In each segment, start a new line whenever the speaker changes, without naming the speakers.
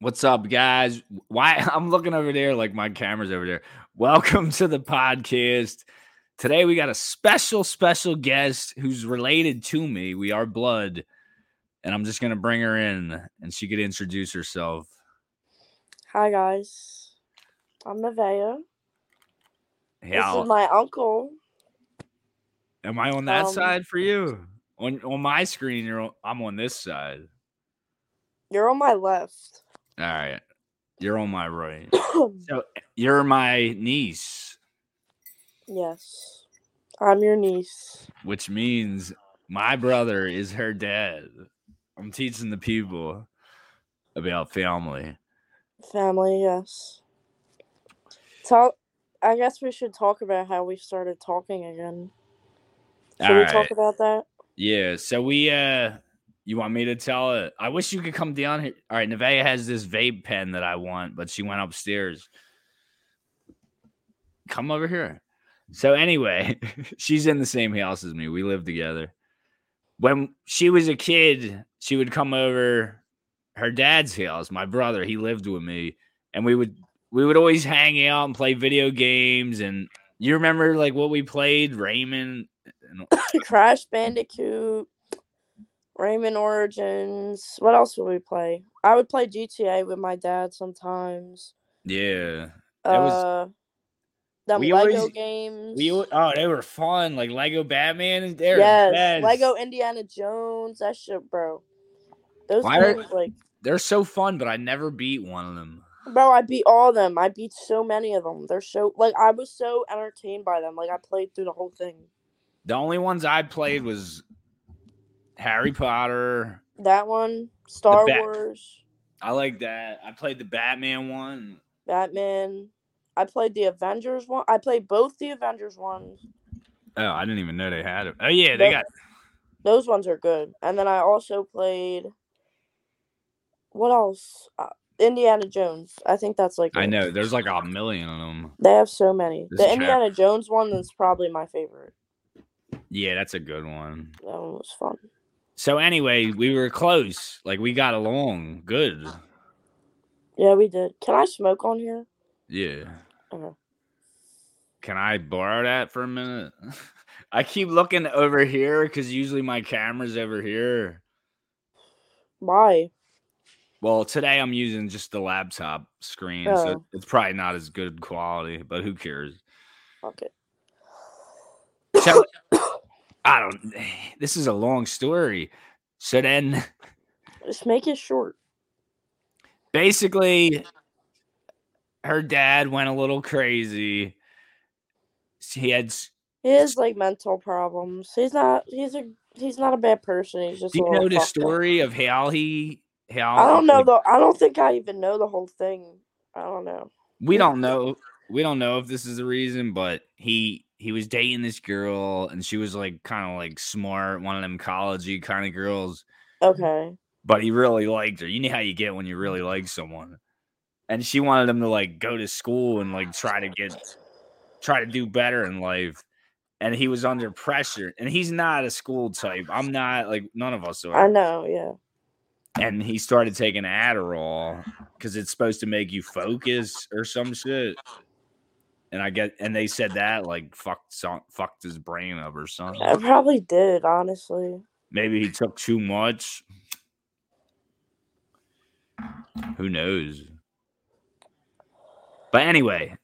What's up, guys? Why I'm looking over there like my camera's over there. Welcome to the podcast. Today we got a special, special guest who's related to me. We are blood, and I'm just gonna bring her in and she could introduce herself.
Hi guys, I'm Nevaeh.
Hey,
This
I'll-
is my uncle.
am I on that
um,
side for you? On on my screen, you're on, I'm on this side.
You're on my left.
All right, you're on my right. You're my niece,
yes, I'm your niece.
which means my brother is her dad. I'm teaching the people about family.
Family, yes. Tell. I guess we should talk about how we started talking again. Should we
Alright.
talk about that?
Yeah. So we uh you want me to tell it? I wish you could come down here. All right, Nevaeh has this vape pen that I want, but she went upstairs. Come over here. So anyway, she's in the same house as me. We live together. When she was a kid, she would come over her dad's house, my brother, he lived with me, and we would we would always hang out and play video games and you remember like what we played, Raymond
Crash Bandicoot, Rayman Origins. What else would we play? I would play GTA with my dad sometimes.
Yeah. That was-
Uh, them
We
Lego
always-
games.
We al- oh they were fun like Lego Batman and there
yes,
yes.
Lego Indiana Jones. That shit, bro. Those
Why are-
games, like,
they're so fun but I never beat one of them.
bro, I beat all of them. I beat so many of them. They're so like I was so entertained by them. Like I played through the whole thing.
The only ones I played was Harry Potter.
That one, Star
Bat-
Wars,
I like that. I played the Batman one.
Batman. I played the Avengers one. I played both the Avengers ones.
Oh, I didn't even know they had it. Oh yeah, they got
That- Those ones are good. And then I also played. What else? Uh, Indiana Jones. I think that's like.
I
it.
know. There's like a million of them.
They have so many.
This
the
chap-
Indiana Jones one is probably my favorite.
Yeah, that's a good one.
That one was fun.
So anyway, we were close. Like we got along good.
Yeah, we did. Can I smoke on here?
Yeah.
Okay.
Can I borrow that for a minute? I keep looking over here because usually my camera's over here.
Why?
Well, today I'm using just the laptop screen, so
Oh.
it's probably not as good quality, but who cares?
Fuck it.
So I don't. This is a long story. So then,
Just make it short.
basically, her dad went a little crazy. He had s-
He has like mental problems. He's not. He's a. He's not a bad person. He's just.
Do
a
you
little
know the
fucked up.
story of how he? How
I don't know
like,
though. I don't think I even know the whole thing. I don't know.
we don't know. We don't know if this is the reason, but he he was dating this girl, and she was like kind of like smart, one of them collegey kind of girls,
Okay.
but he really liked her. You know how you get when you really like someone, and she wanted him to like go to school and like try to get try to do better in life. And he was under pressure, and he's not a school type. I'm not like none of us are.
I know. Yeah.
and he started taking Adderall because it's supposed to make you focus or some shit. And I get, and they said that like fucked some, fucked his brain up or something.
I probably did. Honestly.
Maybe he took too much. Who knows? But anyway,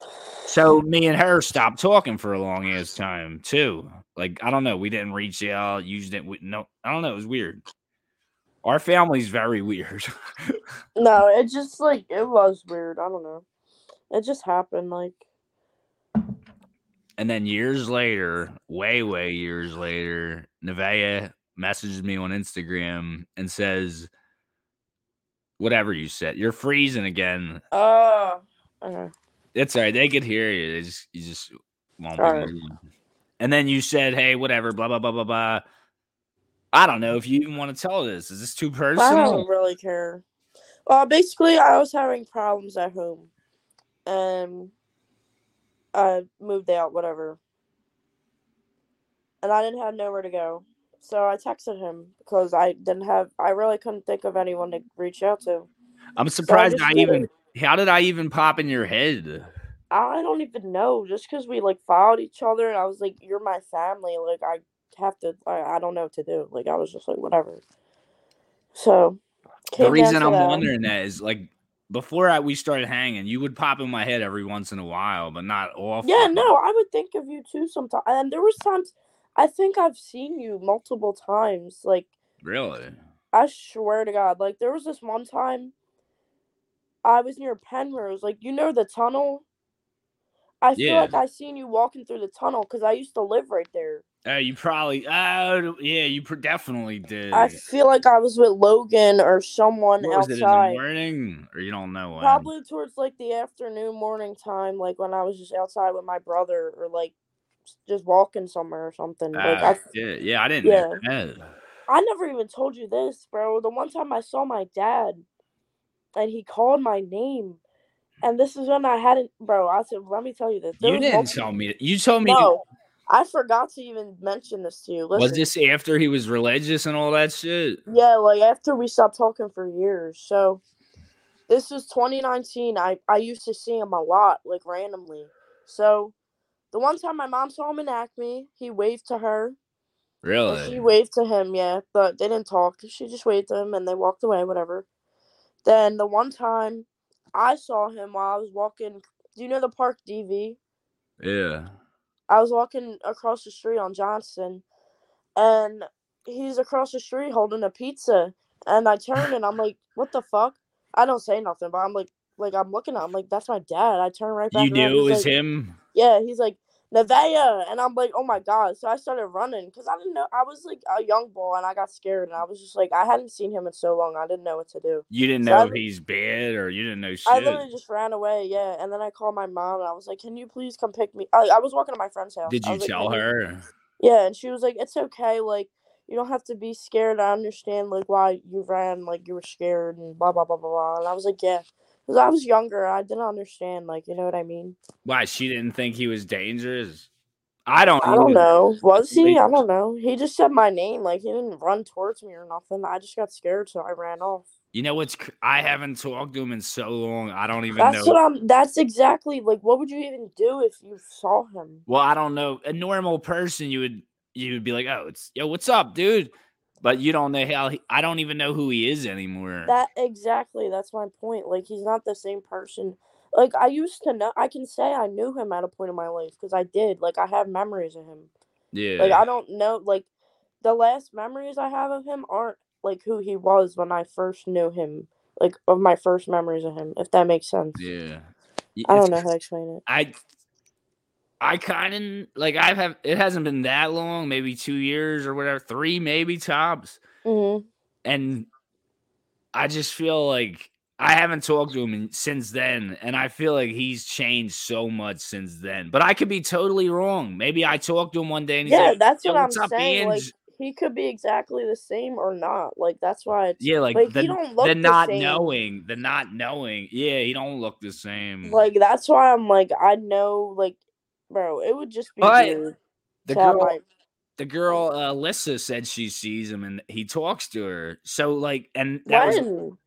so me and her stopped talking for a long ass time too. Like I don't know, we didn't reach out. You just didn't. we- No, I don't know. It was weird. Our family's very weird.
No, it just like it was weird. I don't know. It just happened. Like.
And then years later, way, way years later, Nevaeh messages me on Instagram and says, Whatever you said, you're freezing again.
Oh. Okay.
It's all right. They could hear you. They just, you just won't be
All right.
moving. And then you said, Hey, whatever, blah, blah, blah, blah, blah. I don't know if you even want to tell this. Is this too
I don't
personal?
really care. Well, basically, I was having problems at home, and I moved out, whatever, and I didn't have nowhere to go. So I texted him because I didn't have, I really couldn't think of anyone to reach out to.
I'm surprised
just
I
did it.
even. How did I even pop in your head?
I don't even know. Just because we like followed each other, and I was like, "You're my family." Like I have to. I, I don't know what to do. Like I was just like, whatever. So
the
came down
reason
to
I'm
that.
wondering that is like before I, we started hanging, you would pop in my head every once in a while, but not often.
Yeah, no, I would think of you too sometimes. And there was times I think I've seen you multiple times. Like
really.
I swear to God, like there was this one time I was near Penrose, like you know the tunnel. I feel
Yeah.
like I seen you walking through the tunnel because I used to live right there.
Oh, you probably. Oh, yeah, you pr- definitely did.
I feel like I was with Logan or someone
What was it in the
outside.
morning, or you don't know when?
Probably towards like the afternoon, morning time, like when I was just outside with my brother or like s- just walking somewhere or something. Like
Oh,
I
shit. Yeah, I didn't.
yeah.
know that.
I never even told you this, bro. The one time I saw my dad and he called my name. And this is when I hadn't bro, I said, let me tell you this. There
You
was
didn't
multi-
tell me. You told me.
No. I forgot to even mention this to you. Listen,
was this after he was religious and all that shit?
Yeah, like after we stopped talking for years. So this is 2019. I, I used to see him a lot, like randomly. So the one time my mom saw him in Acme, he waved to her. And
Really?
She waved to him, yeah, but they didn't talk. She just waved to him and they walked away, whatever. Then the one time I saw him while I was walking, do you know the park DV?
Yeah.
I was walking across the street on Johnson and he's across the street holding a pizza. And I turn and I'm like, what the fuck? I don't say nothing, but I'm like, like I'm looking at him like that's my dad. I turn right back.
You
around,
knew it
he's
was
like-
him.
Yeah, he's like Nevaeh, and I'm like, oh my god. So I started running because I didn't know. I was like a young boy, and I got scared, and I was just like, I hadn't seen him in so long. I didn't know what to do.
You didn't
So
know
I
if
li-
he's bad or you didn't know
I
shit.
literally just ran away. Yeah, and then I called my mom, and I was like, can you please come pick me? I, I was walking to my friend's house.
Did
I
you
was like,
tell
"Can you-"
her?
Yeah, and she was like, it's okay. Like you don't have to be scared. I understand like why you ran. Like you were scared and blah blah blah blah blah. And I was like, yeah, because I was younger. I didn't understand. Like you know what I mean.
Why she didn't think he was dangerous? I don't.
I don't
either.
know. Was he?
Wait.
I don't know. He just said my name. Like he didn't run towards me or nothing. I just got scared, so I ran off.
You know what's? cr- I haven't talked to him in so long. I don't even
That's
know.
what I'm. That's exactly like. What would you even do if you saw him?
well, I don't know. A normal person, you would you would be like, oh, it's yo, what's up, dude? But you don't know how. He, I don't even know who he is anymore.
That exactly. That's my point. Like he's not the same person. Like I used to know. I can say I knew him at a point in my life because I did. Like I have memories of him.
yeah.
Like I don't know. Like the last memories I have of him aren't like who he was when I first knew him. Like of my first memories of him, if that makes sense.
yeah. Y-
I
it's-
don't know how to explain it.
I I kind of like I have it hasn't been that long, maybe 2 years or whatever, 3 maybe tops.
Mm-hmm.
And I just feel like I haven't talked to him in, since then and I feel like he's changed so much since then. But I could be totally wrong. Maybe I talked to him one day and he's
Yeah,
like,
that's
"Yo,
what I'm
what's up,
saying. Like
Ange?"
he could be exactly the same or not. Like that's why it's
yeah, like,
like,
the,
he don't look
the
the
not
same.
knowing, the not knowing. Yeah, he don't look the same.
like that's why I'm like I know like bro, it would just be
But
weird
the
to have,
girl
like-
the girl uh, Alyssa said she sees him and he talks to her. So like, and that was
when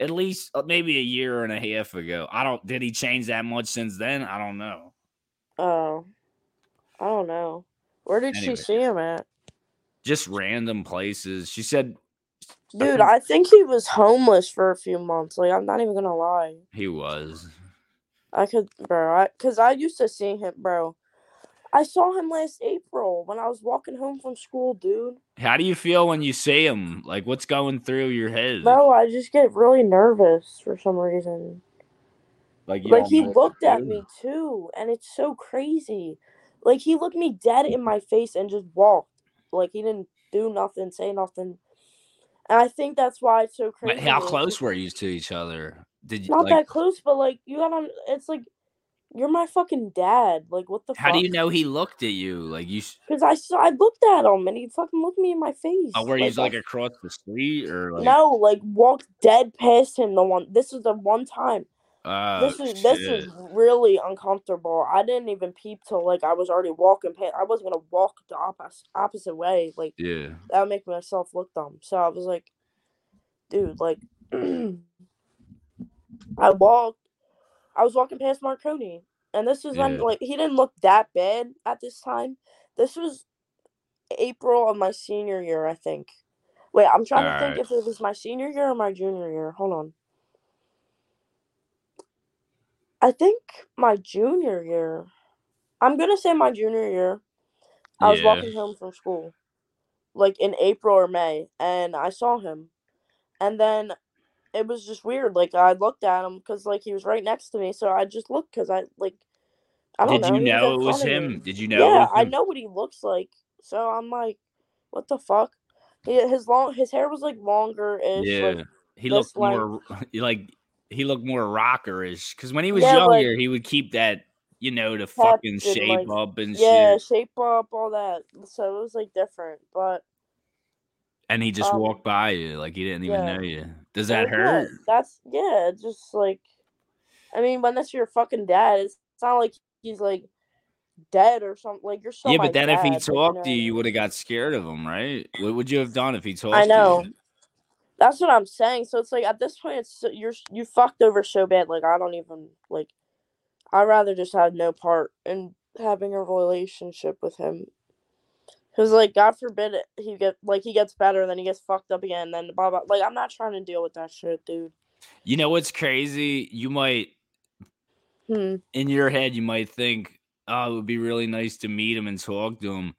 at least uh, maybe a year and a half ago. I don't. Did he change that much since then? I don't know.
oh I don't know. Where did
Anyway.
she see him at?
Just random places. She said
Dude, I think he was homeless for a few months. Like I'm not even gonna lie.
he was.
I could, bro. I, Cause I used to see him, bro. I saw him last April when I was walking home from school, dude.
How do you feel when you see him? Like, what's going through your head?
Bro, I just get really nervous for some reason.
like, you
Like
don't
he
know what
looked
to
at
do?
me too, and it's so crazy. Like he looked me dead in my face and just walked. Like he didn't do nothing, say nothing. And I think that's why it's so
But
crazy.
how
like,
close were you to each other? Did you
Not
like?
that close, but like you gotta. It's like you're my fucking dad. Like what the
How
fuck?
do you know he looked at you? Like you? s-
Because I saw, I looked at him and he fucking looked me in my face.
Oh, were
Like,
you like
I-
across the street or like?
no, like walked dead past him. The one. This is the one time.
Oh,
This is this
shit.
is really uncomfortable. I didn't even peep till like I was already walking past. I wasn't gonna walk the opposite opposite way. Like
Yeah.
that would make myself look dumb. So I was like, dude, like. I walked. I was walking past Marconi, and this was when
Yeah.
like he didn't look that bad at this time. This was April of my senior year, I think. Wait, I'm trying to think
Alright.
if it was my senior year or my junior year. Hold on. I think my junior year. I'm gonna say my junior year. I was
Yeah.
walking home from school, like in April or May, and I saw him. And then it was just weird. Like I looked at him because like he was right next to me, so I just looked because I like. I don't
Did you
he was
know
in
it was
front of me.
him? Did you know? it
yeah,
was
I
him?
know what he looks like, so I'm like, what the fuck? He, his long, his hair was like longer ish.
Yeah,
Like,
he
this
looked
length.
more like he looked more rockerish because when he was
Yeah, like-
younger, he would keep that you know the
Kept
fucking
and,
shape
like-
up and
yeah,
shit,
shape up, all that. So it was like different, but
and he just
um,
walked by you like he didn't even
yeah.
know you. Does
Well,
that
yeah,
hurt?
That's yeah, it's just like I mean, when that's your fucking dad, it's not like he's like dead or something. Like you're still
Yeah,
my
but then if he
dad, like,
talked to
know.
you, you would have got scared of him, right? What would you have done if he talked?
I know.
To you?
That's what I'm saying. So it's like at this point, it's so- you're you fucked over so bad. Like I don't even like. I'd rather just have no part in having a relationship with him. Cause like God forbid it- he get like he gets better, then he gets fucked up again, then blah blah. Like I'm not trying to deal with that shit, dude.
You know what's crazy? You might
Hmm.
in your head, you might think, oh, it would be really nice to meet him and talk to him.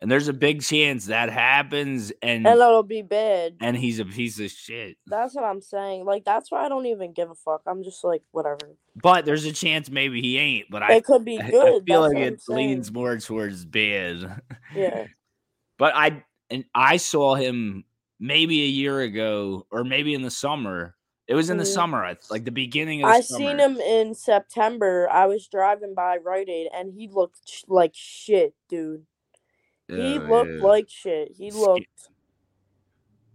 And there's a big chance that happens, and
And that'll be bad.
and he's a piece of shit.
That's what I'm saying. Like that's why I don't even give a fuck. I'm just like whatever.
But there's a chance maybe he ain't. But I,
It could be
I- I
good.
feel like
that's what I'm
it leans
saying.
more towards bad.
Yeah.
But I and I saw him maybe a year ago, or maybe in the summer. It was in the
Mhm.
summer, I- like the beginning of the
I
summer.
seen him in September. I was driving by Rite Aid and he looked sh- like shit, dude. he
Oh,
looked
yeah.
like shit. He
Sk-
looked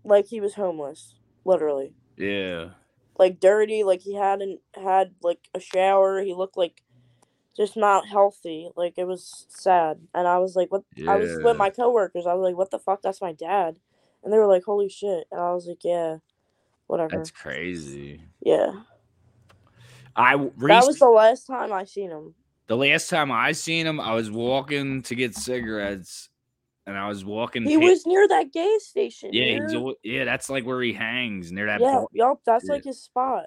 like he was homeless, literally.
yeah.
Like dirty, like he hadn't had like a shower. He looked like just not healthy. Like it was sad. And I was like, what I was
yeah.
with my coworkers. I was like, "What the fuck? That's my dad." And they were like, "Holy shit!" And I was like, "Yeah, whatever."
That's crazy.
yeah,
I w-
that
recently,
was the last time I seen him.
the last time I seen him, I was walking to get cigarettes, and I was walking.
He
pa-
was near that gas station.
yeah,
dude.
he's, al- yeah, that's like where he hangs near that.
yeah,
bar-
yup. That's
Yeah.
like his spot.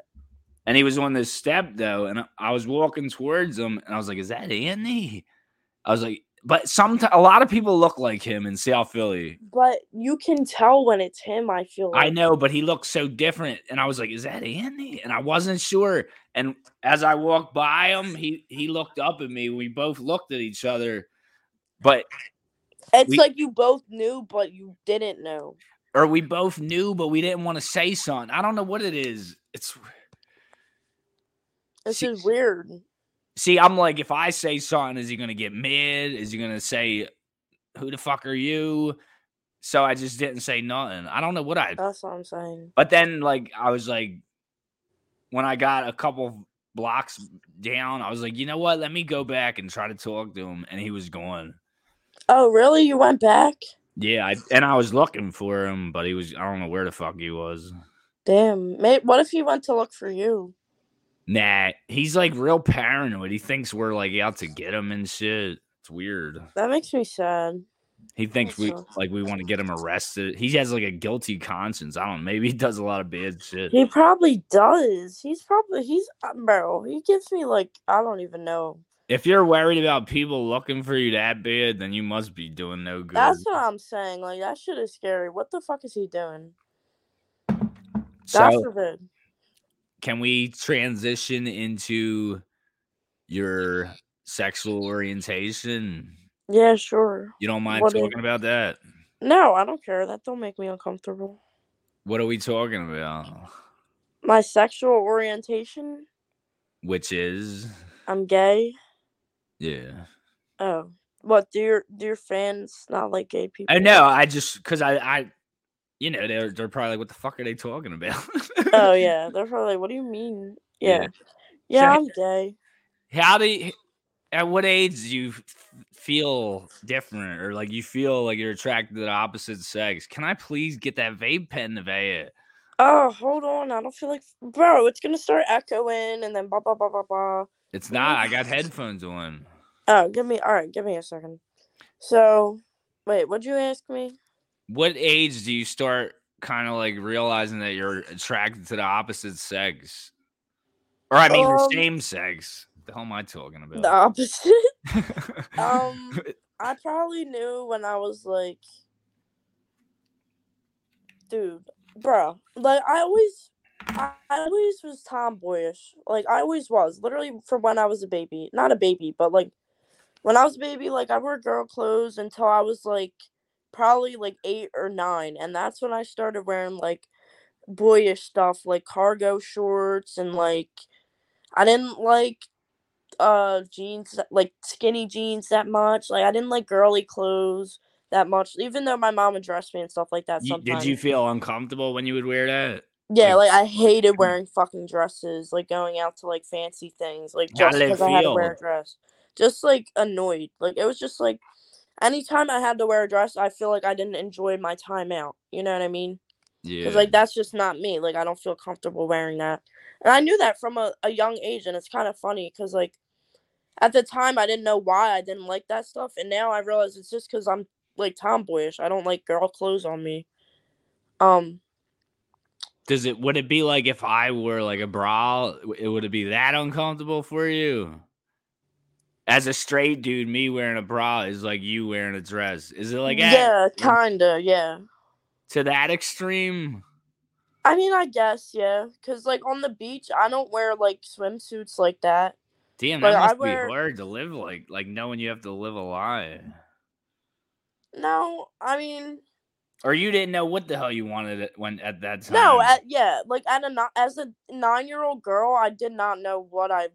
And he was on this step though, and I- I was walking towards him, and I was like, "Is that Andy?" I was like, "But some a lot of people look like him in South Philly.
But you can tell when it's him. I feel. Like.
I know, but he looks so different." And I was like, "Is that Andy?" And I wasn't sure. And as I walked by him, he he looked up at me. We both looked at each other, but
It's
we-
like you both knew, but you didn't know.
or we both knew, but we didn't want to say something. I don't know what it is. It's
This
See-
is weird.
see, I'm like, if I say something, is he gonna get mad? Is he gonna say, "Who the fuck are you?" So I just didn't say nothing. I don't know what I.
That's what I'm saying.
But then, like, I was like, when I got a couple blocks down, I was like, you know what? Let me go back and try to talk to him, and he was gone.
Oh, really? You went back?
Yeah, I, and I was looking for him, but he was. I don't know where the fuck he was.
Damn. May- What if he went to look for you?
Nah, he's like real paranoid. He thinks we're like out to get him and shit. It's weird.
That makes me sad.
He thinks we
sucks.
like we want to get him arrested. He has like a guilty conscience. I don't know. Maybe he does a lot of bad shit.
He probably does. He's probably he's uh, bro. He gives me like I don't even know.
If you're worried about people looking for you that bad, then you must be doing no good.
That's what I'm saying. Like that shit is scary. What the fuck is he doing? God
so,
forbid.
can we transition into your sexual orientation?
Yeah, sure.
You don't mind
What is-
talking about that?
No, I don't care. That don't make me uncomfortable.
What are we talking about?
My sexual orientation.
Which is,
I'm gay.
yeah.
Oh, what? Do your do your fans not like gay people?
I know. Oh, I just because I, I, you know, they're they're probably like, what the fuck are they talking about?
Oh yeah, they're probably. like, What do you mean?
Yeah.
Yeah, yeah,
So-
I'm gay.
How do you, at what age do you f- feel different or like you feel like you're attracted to the opposite sex? Can I please get that vape pen to vape?
Oh, hold on. I don't feel like, bro. It's gonna start echoing, and then blah blah blah blah blah.
It's not. I got headphones on.
Oh, give me. All right, give me a second. So, wait, what'd you ask me?
What age do you start kind of like realizing that you're attracted to the opposite sex? Or I mean, the
Um,
same sex. The hell am I talking about?
The opposite. um, I probably knew when I was like, dude, bro. Like I always, I I always was tomboyish. Like I always was, literally from when I was a baby. Not a baby, but like when I was a baby, like I wore girl clothes until I was like probably like eight or nine, and that's when I started wearing like boyish stuff, like cargo shorts and like I didn't like uh jeans that- like skinny jeans that much. Like I didn't like girly clothes that much, even though my mom would dress me and stuff like that.
You-
Sometimes,
did you feel uncomfortable when you would wear that?
yeah,
like-
like I hated wearing fucking dresses, like going out to like fancy things, like
How'd
just
it
because I had to wear
feel?
a dress. Just like annoyed, like it was just like anytime I had to wear a dress, I feel like I didn't enjoy my time out. You know what I mean?
Yeah.
Because like that's just not me. Like I don't feel comfortable wearing that. And I knew that from a, a young age, and it's kind of funny because like at the time I didn't know why I didn't like that stuff, and now I realize it's just because I'm like tomboyish. I don't like girl clothes on me. Um,
Does it would it be like if I wore like a bra? It would it be that uncomfortable for you? As a straight dude, me wearing a bra is like you wearing a dress. Is it like that
yeah, kinda, yeah.
to that extreme?
I mean, I guess yeah, because like on the beach, I don't wear like swimsuits like that.
Damn,
Like,
that
I
must
wear-
be hard to live like like knowing you have to live a lie.
No, I mean,
Or you didn't know what the hell you wanted at- when at that time.
No, at, yeah, like at a ni- as a nine year old girl, I did not know what I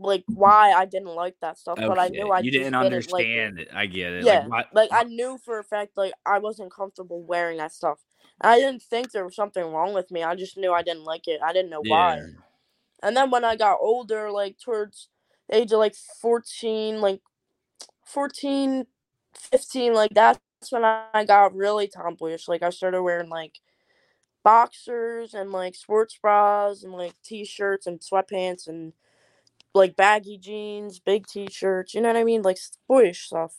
like why I didn't like that stuff, but I
Okay,
knew I
Oh, you
just
didn't
didn't like it.
understand it. I get it.
Yeah,
like, why-
like I knew for a fact like I wasn't comfortable wearing that stuff. And I didn't think there was something wrong with me. I just knew I didn't like it. I didn't know why.
yeah.
And then when I got older, like towards the age of like 14, like 14, 15, like that's when I got really tomboyish. Like I started wearing like boxers and like sports bras and like t shirts and sweatpants and like baggy jeans, big t shirts. You know what I mean? Like s- boyish stuff.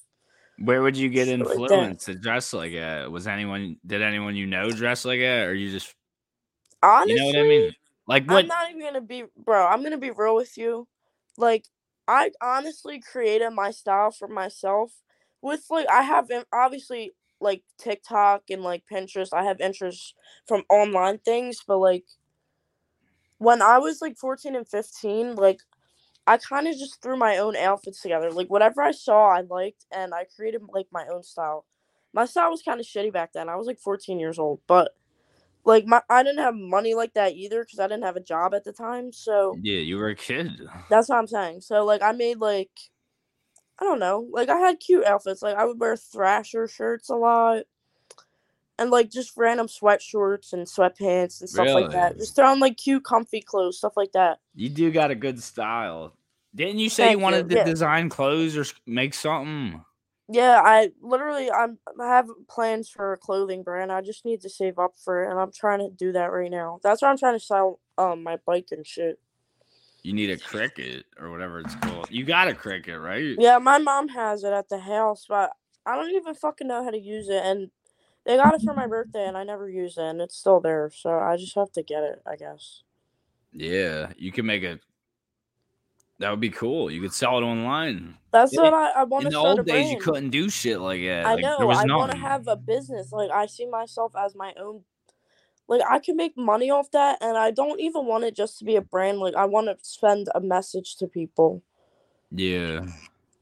Where would you get
Shit like that.
influence to dress like that? Was anyone did anyone you know dress like that, or you just
Honestly,
you know what I mean? Like what?
I'm not even gonna be, bro. I'm gonna be real with you. Like, I honestly created my style for myself. With like, I have in- obviously like TikTok and like Pinterest. I have interest from online things, but like when I was like 14 and 15, like I kind of just threw my own outfits together. Like whatever I saw, I liked, and I created like my own style. My style was kind of shitty back then. I was like 14 years old, but like my I didn't have money like that either because I didn't have a job at the time. So
yeah, you were a kid.
that's what I'm saying. So like I made like I don't know, like I had cute outfits. Like I would wear Thrasher shirts a lot. And like just random sweatshorts and sweatpants and stuff like that.
Really?
Just throwing like cute, comfy clothes, stuff like that.
You do got a good style. Didn't you say
Thank
you
you,
wanted to
yeah.
design clothes or s- make something?
Yeah, I literally I'm I have plans for a clothing brand. I just need to save up for it, and I'm trying to do that right now. That's why I'm trying to sell um my bike and shit.
You need a cricket or whatever it's called. You got a cricket, right?
Yeah, my mom has it at the house, but I don't even fucking know how to use it. And they got it for my birthday, and I never used it, and it's still there. So I just have to get it, I guess.
Yeah, you can make a. That would be cool. You could sell it online.
That's
Yeah,
what I, I want
In
to
the
start a
old days,
brand.
you couldn't do shit like that.
I
Like, there
know.
was
I want to
nothing.
have a business. Like I see myself as my own. Like I can make money off that, and I don't even want it just to be a brand. Like I want to send a message to people.
Yeah.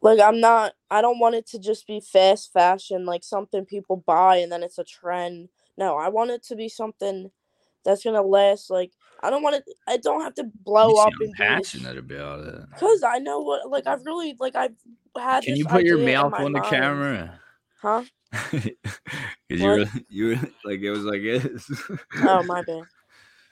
Like I'm not. I don't want it to just be fast fashion, like something people buy and then it's a trend. No, I want it to be something that's gonna last. Like I don't want it. I don't have to blow
you
up
sound
and be this-
passionate about it.
Cause I know what. Like I've really like I've had.
Can
this
you put your
idea in
mouth
my
on the
mind.
camera?
Huh?
Because you were, you were like, it was like this.
Oh my bad.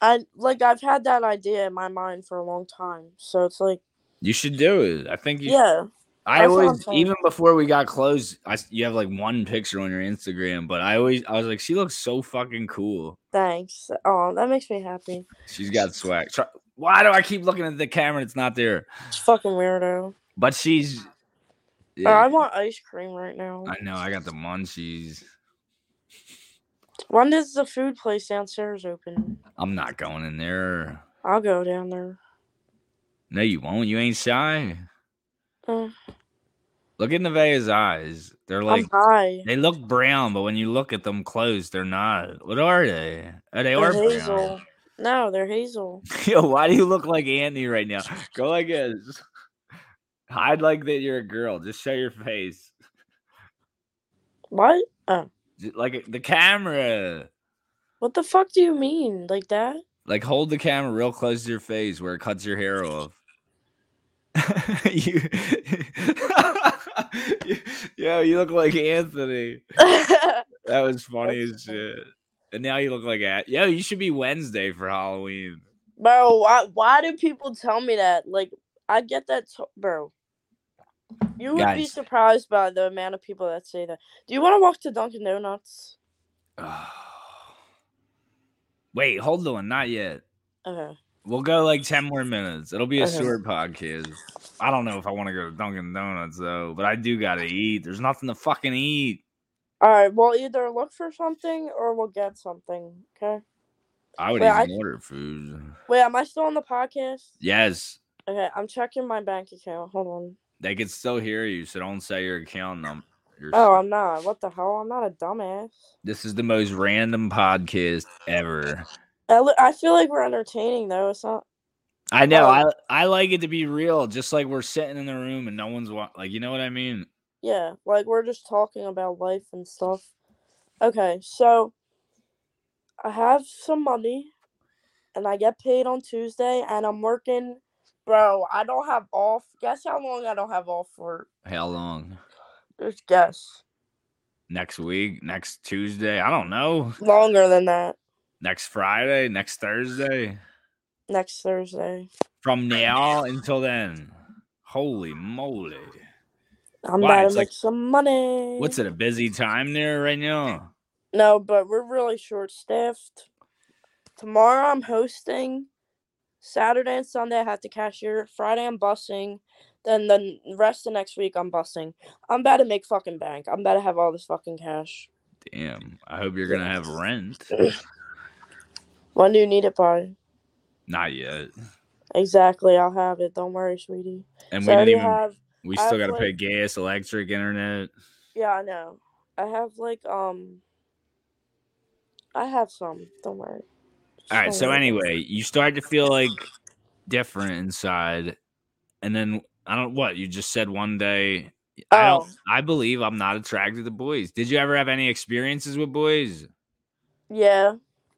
I like I've had that idea in my mind for a long time, so it's like
You should do it. I think you
yeah,
I
That's what I'm
always,
saying.
even before we got close, I s- you have like one picture on your Instagram, but I always, I was like, she looks so fucking cool.
Thanks. Oh, that makes me happy.
She's got swag. Try- Why do I keep looking at the camera? and It's not there,
It's fucking weirdo.
but she's.
Uh, I
Yeah,
want ice cream right now.
I know. I got the munchies.
When does the food place downstairs open?
I'm not going in there.
I'll go down there.
No, you won't. You ain't shy.
Uh,
Look in Nevaeh's eyes. They're like
I'm high.
they look brown, but when you look at them close, they're not. What are they? Oh, they are
They're
brown.
hazel. No, they're hazel.
Yo, why do you look like Andy right now? Go like this. Hide like that you're a girl. Just show your face.
What?
J- Like uh, the camera.
What the fuck do you mean? Like that?
Like hold the camera real close to your face where it cuts your hair off. you, yo, you look like Anthony. That was funny
That's
as
funny.
shit. And now you look like at yo, you should be Wednesday for Halloween.
bro, why, why do people tell me that? Like, I get that, t- bro. You would be
Guys.
surprised by the amount of people that say that. Do you want to walk to Dunkin' Donuts?
Wait, hold on, not yet.
Okay.
We'll go like ten more minutes. It'll be a
Okay.
short podcast. I don't know if I want to go to Dunkin' Donuts though, but I do gotta eat. There's nothing to fucking eat.
All right. We'll either look for something or we'll get something. Okay.
I would
Wait, I-
even order food.
Wait, am I still on the podcast?
Yes,
Okay, I'm checking my bank account. Hold on.
they can still hear you, so don't say your account number. Your
Oh, I'm not. What the hell? I'm not a dumbass.
This is the most random podcast ever.
I, li- I feel like we're entertaining though. It's not.
I know.
Oh.
I I like it to be real, just like we're sitting in the room and no one's wa- like, you know what I mean?
Yeah, like we're just talking about life and stuff. Okay, so I have some money and I get paid on Tuesday and I'm working. Bro, I don't have off. Guess how long I don't have off for?
How long?
Just guess.
Next week? Next Tuesday? I don't know.
Longer than that.
Next Friday? Next Thursday?
Next Thursday.
From now until then. Holy moly.
I'm
Why?
about
It's
to
like-
make some money.
What's it, a busy time there right now?
No, but we're really short staffed. Tomorrow I'm hosting. Saturday and Sunday I have to cashier. Friday I'm bussing. Then the n- rest of next week I'm bussing. I'm about to make fucking bank. I'm about to have all this fucking cash.
Damn. I hope you're going to have rent.
When do you need it by?
Not yet.
Exactly, I'll have it. Don't worry, sweetie.
And
so
we
I
didn't
already
even,
have.
we
I
still got
have,
to pay
like-
gas, electric, internet.
Yeah, I know. I have like um. I have some. Don't worry.
All right.
Don't
So
worry.
anyway, you start to feel like different inside, and then I don't what you just said one day. I
Oh.
don't. I believe I'm not attracted to boys. Did you ever have any experiences with boys?
Yeah,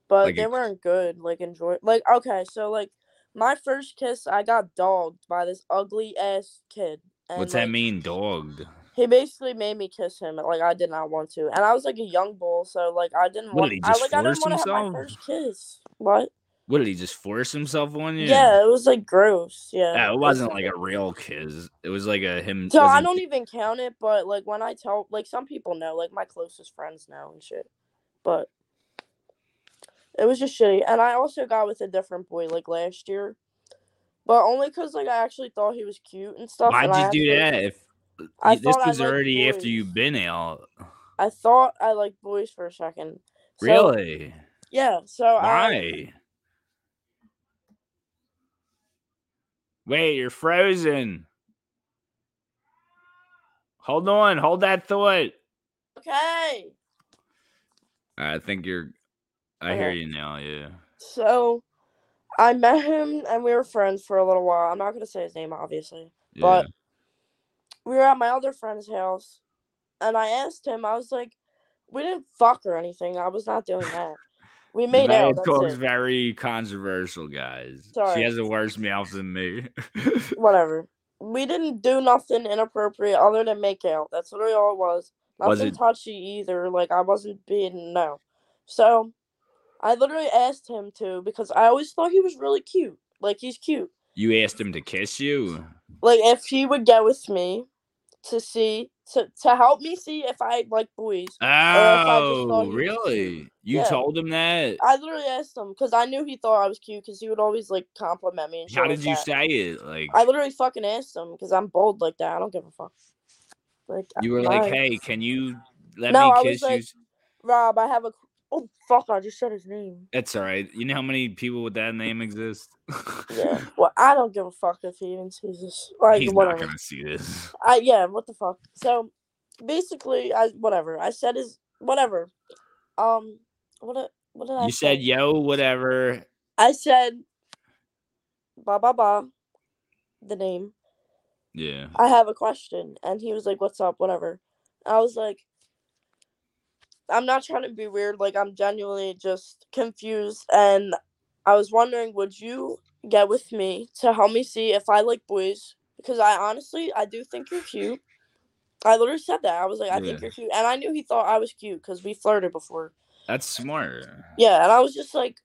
but
Like
they
it-
weren't good. Like enjoy. Like okay, so like my first kiss, I got dogged by this ugly ass kid. And,
What's
Uh, like,
that mean, dogged?
He basically made me kiss him. and, Like I did not want to, and I was like a young bull, so like I didn't
What,
want.
did he
I
just
like I didn't
force
want to have my
himself?
first kiss. What?
What did he just force himself on you?
Yeah. it was like gross. Yeah.
Yeah, it
It's-
wasn't like a real kiss. It was like a him.
So
was
I
it-
don't even count it, but like when I tell, like some people know, like my closest friends know and shit, but it was just shitty. And I also got with a different boy like last year, but only because like I actually thought he was cute and stuff. and I
Why'd you do
actually-
that? If
I
you- this
thought I
was
liked
already after you've
boys.
been out,
I thought I liked boys for a second. So-
really?
Yeah. So I
Why? Wait, you're frozen. Hold on, hold that thought.
okay.
I think you're. I hear
Okay.
you now. Yeah.
So I met him and we were friends for a little while. I'm not gonna say his name, obviously.
yeah.
But we were at my other friend's house, and I asked him. I was like, "We didn't fuck or anything. I was not doing that. We made
Zendaya
out. That's
talks
it.
very controversial, guys. She
Sorry.
has a worse mouth than me.
Whatever. We didn't do nothing inappropriate other than make out. That's what it all was. Nothing
Was it-
touchy either. Like I wasn't being no. So, I literally asked him to because I always thought he was really cute. Like he's cute.
you asked him to kiss you.
Like if he would get with me, to see to to help me see if I like boys. I Oh, just thought
Oh,
he was
really? You
Yeah.
told him that?
I literally asked him because I knew he thought I was cute because he would always like compliment me. And shit
How
like
did you
that.
say it? Like
I literally fucking asked him because I'm bold like that. I don't give a fuck. Like
you were like,
alright.
"Hey, can you let
No, I
me
was
kiss you?"
like- Rob, I have a. Oh fuck! I just said his name.
That's all right. You know how many people with that name exist?
Yeah. well, I don't give a fuck if he even sees this. Like
He's
whatever.
not gonna see this.
I yeah, what the fuck? So basically, I whatever I said is whatever. Um, what did- what did I?
You said,
say?
"Yo, whatever."
I said. Ba ba ba. The name.
Yeah.
I have a question, and he was like, "What's up?" Whatever. I was like, I'm not trying to be weird. Like I'm genuinely just confused, and I was wondering, would you get with me to help me see if I like boys? Because I honestly, I do think you're cute. I literally said that. I was like, I
Yeah.
think you're cute, and I knew he thought I was cute because we flirted before.
That's smart.
Yeah, and I was just like,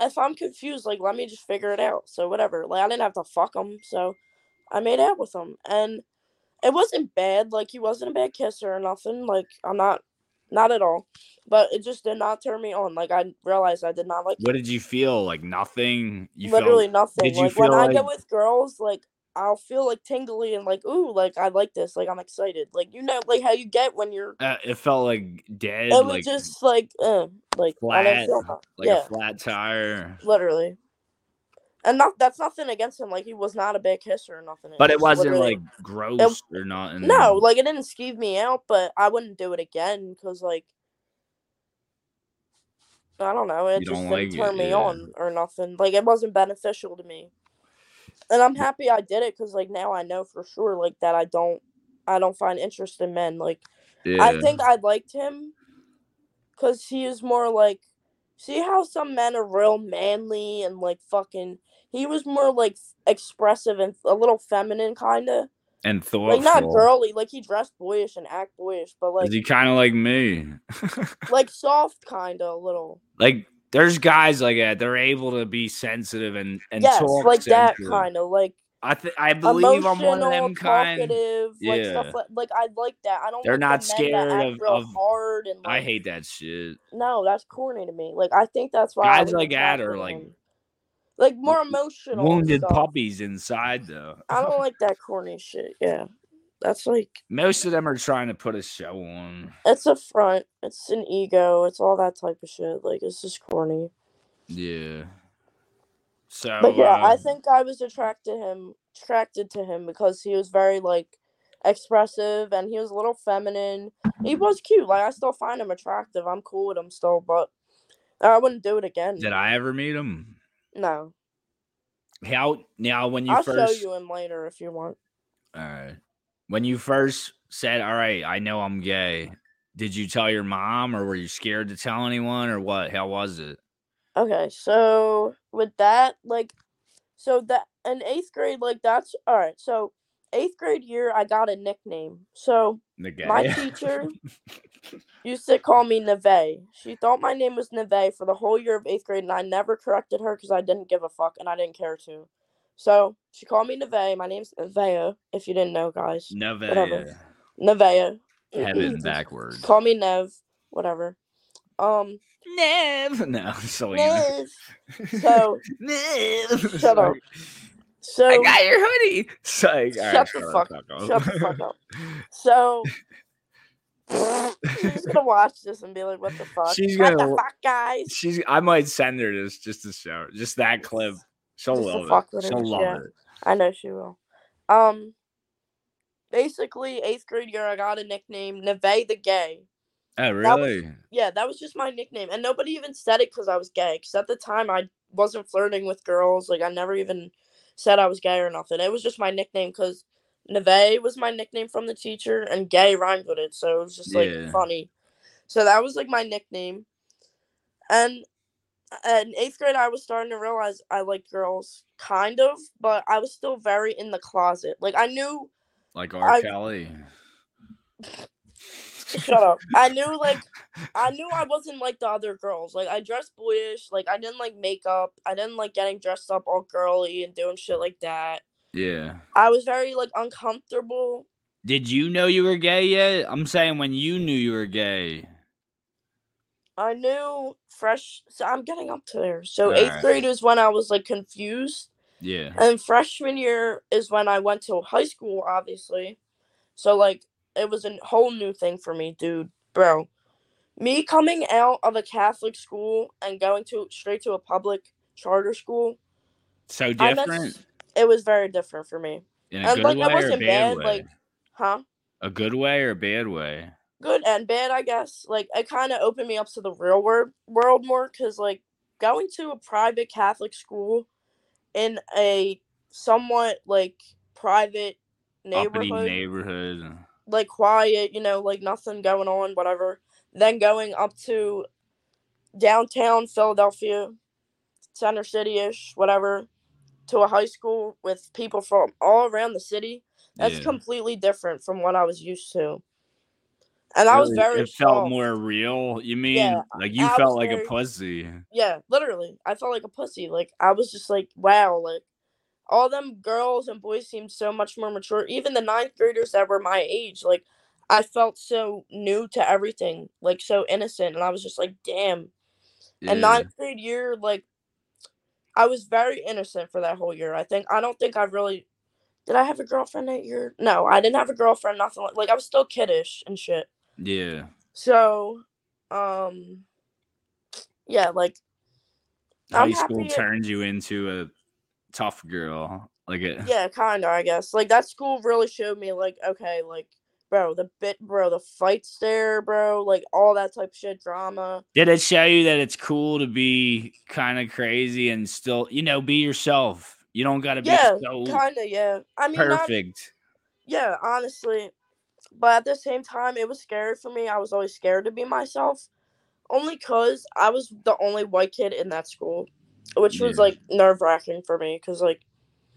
if I'm confused, like let me just figure it out. So whatever. Like I didn't have to fuck him, so I made out with him, and it wasn't bad. Like he wasn't a bad kisser or nothing. Like I'm not, not at all. But it just did not turn me on. Like I realized I did not like
What did you feel? Like nothing? You felt-
literally nothing.
did you
Like when
feel
I get
like-
with girls, like I'll feel like tingly and like ooh, like I like this. Like I'm excited. Like you know, like how you get when you're.
uh, it felt like dead,
It was
like
just like, uh, like I
flat,
don't feel no-
like
yeah.
a flat tire.
Literally. And not that's nothing against him. Like he was not a bad kisser or nothing.
But it
was
wasn't
literally-
like mm. gross or nothing.
no, like it didn't skeeve me out. But I wouldn't do it again because like I don't know, it
You
just
don't
didn't
like it,
turn me
yeah.
on or nothing. Like it wasn't beneficial to me. And I'm happy I did it because like now I know for sure like that I don't I don't find interest in men like.
yeah.
I think I liked him because he is more like. See how some men are real manly and like fucking. He was more like expressive and a little feminine, kind of.
and thoughtful.
Like not girly. Like he dressed boyish and act boyish, but like
Oh, Is he kind of like me?
like soft, kind of a little.
like there's guys like that. They're able to be sensitive and and
yes,
talk
like that
sensitive.
kind of like
I th- I believe
emotional,
I'm one of them kind.
talkative, like
Yeah.
stuff like like I like that. I don't.
They're
like the
not
men that
scared
act
of-
real
of-
hard and
I
like,
hate that shit.
No, that's corny to me. Like I think that's why I
Guys
was
like that
attracted
are
to
like
him. like more
wo-
emotional. and
Wounded
stuff.
puppies inside though.
I don't like that corny shit. Yeah, that's like
Most of them are trying to put a show on.
it's a front. It's an ego. It's all that type of shit. Like it's just corny.
Yeah. So
But yeah, I
uh,
think I was attracted to him, attracted to him because he was very like expressive and he was a little feminine. He was cute. Like I still find him attractive. I'm cool with him still, but I wouldn't do it again.
did I ever meet him?
No,
How now when you
I'll
first
show you him later if you want.
All right. Uh, When you first said, "All right, I know I'm gay," did you tell your mom, or were you scared to tell anyone, or what? How was it?
Okay, so with that, like, so that in eighth grade, like, that's all right. So, eighth grade year, I got a nickname. So,
The gay.
my teacher used to call me Neve. She thought my name was Neve for the whole year of eighth grade, and I never corrected her because I didn't give a fuck and I didn't care to. So, she called me Neve. My name's Nevea, if you didn't know, guys.
Nevea.
Whatever. Nevea.
Heaven backwards.
Call me Nev, whatever. Um,
Nev. No, Selena.
Nev. So,
Nev.
Shut up. so.
I got your hoodie. It's like, all right,
Shut the fuck
up.
Shut the fuck up. So she's gonna watch this and be like, "What the fuck?
She's
what
gonna-
the fuck, guys?
She's. I might send her this just to show, her- just that clip. She'll
Just to
love
fuck
it.
with her,
She'll love
yeah.
it. Oh,
I know she will." Um, basically, eighth grade year, I got a nickname, Neve the Gay.
Oh,
That was-
really?
Yeah, that was just my nickname, and nobody even said it because I was gay. Because at the time, I wasn't flirting with girls. Like I never even said I was gay or nothing. It was just my nickname because Neve was my nickname from the teacher, and gay rhymed with it, so it was just like
Yeah.
funny. So that was like my nickname, and in eighth grade, I was starting to realize I liked girls, kind of, but I was still very in the closet. Like I knew,
Like R.
I-
Kelly.
shut up. I knew like I knew I wasn't like the other girls. Like I dressed boyish. Like I didn't like makeup. I didn't like getting dressed up all girly and doing shit like that.
Yeah.
I was very like uncomfortable
Did you know you were gay yet? I'm saying when you knew you were gay.
I knew fresh. So I'm getting up to there. So
All
eighth
right.
grade is when I was like confused,
Yeah.
and freshman year is when I went to high school, obviously. So like it was a whole new thing for me, dude, bro. Me coming out of a Catholic school and going to straight to a public charter school,
So
I met-
different
it was very different for me,
in
and,
a good
like, I
way or a
wasn't
bad
bad,
way.
like- huh?
a good way or a bad way.
good and bad, I guess. Like it kind of opened me up to the real world world more because like going to a private Catholic school in a somewhat like private
Uppity
neighborhood,
neighborhood.
like quiet, you know, like nothing going on, whatever. Then going up to downtown Philadelphia, center city ish, whatever, to a high school with people from all around the city. That's
Yeah.
completely different from what I was used to. And I was
Really,
very
It felt
shocked.
more real. You mean
Yeah,
like you
I was
felt like a
very-
pussy?
Yeah, literally. I felt like a pussy. Like I was just like, wow, like all them girls and boys seemed so much more mature. Even the ninth graders that were my age, like I felt so new to everything, like so innocent, and I was just like, damn. And
Yeah.
ninth grade year, like I was very innocent for that whole year. I think I don't think I really did. I have a girlfriend that year? No, I didn't have a girlfriend. Nothing like, like I was still kiddish and shit.
yeah.
So, um, yeah, like
High
I'm
school
happy it-
turns you into a tough girl. Like a,
yeah kind of i guess like that school really showed me like okay like bro the bit bro the fights there bro like all that type of shit drama
Did it show you that it's cool to be kind of crazy and still, you know, be yourself? You don't got to be
Yeah,
so
kind of yeah i mean not,
perfect.
yeah honestly but at the same time it was scary for me i was always scared to be myself only because i was the only white kid in that school which was
Yeah.
like nerve wracking for me because like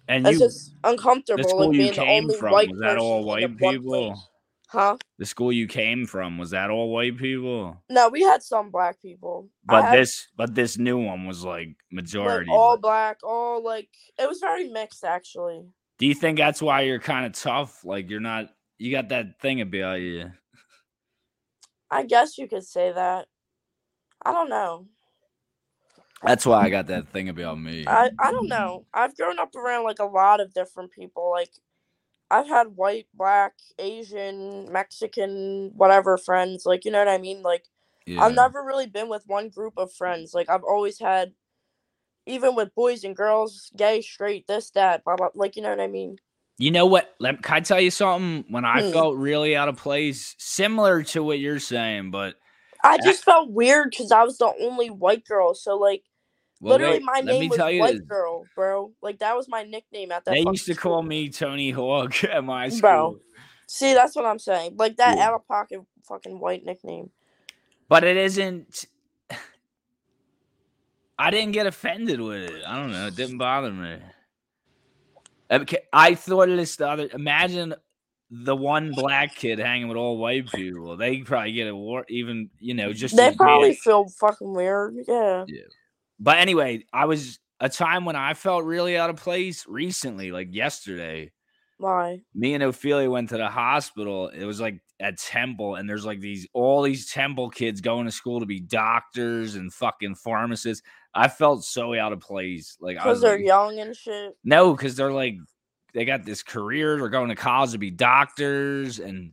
And
it's
you,
just uncomfortable
school
like
you
being the
came
only
from,
white
was that
person
all
in the
white
one
people?
place. huh
the school you came from, was that all white people?
no we had some black people I
But
had
this, but this new one was like
like
majority.
all
like-
black, all like it was very mixed actually.
Do you think that's why you're kind of tough? Like you're not, you got that thing about you.
I guess you could say that. I don't know.
That's why I got that thing about me.
I I don't know. I've grown up around like a lot of different people. Like I've had white, black, Asian, Mexican, whatever friends. Like you know what I mean? Like I've never really been with one group of friends. Like I've always had even with boys and girls, gay, straight, this, that, blah blah like you know what I mean?
You know what? Let, can I tell you something? When I
Hmm.
felt really out of place, similar to what you're saying, but
I just felt weird because I was the only white girl. So like
well,
Literally,
wait,
my
let me
name was
tell you
White
this.
Girl, bro. Like that was my nickname at that.
They
fucking
used to
school.
call me Tony Hawk at my school.
Bro. See, that's what I'm saying. Like that
Yeah.
out of pocket fucking white nickname.
But it isn't. I didn't get offended with it. I don't know. It didn't bother me. Okay, I thought of this the other. Imagine the one black kid hanging with all white people. They probably get a war, even you know, just
They
as
probably
bad.
feel fucking weird. Yeah.
But anyway, I was a time when I felt really out of place recently, like yesterday.
Why?
Me and Ophelia went to the hospital. It was like at Temple, and there's like these all these Temple kids going to school to be doctors and fucking pharmacists. I felt so out of place. Like I
Because
was
they're
like,
young and shit.
no, because they're like they got this career. They're going to college to be doctors, and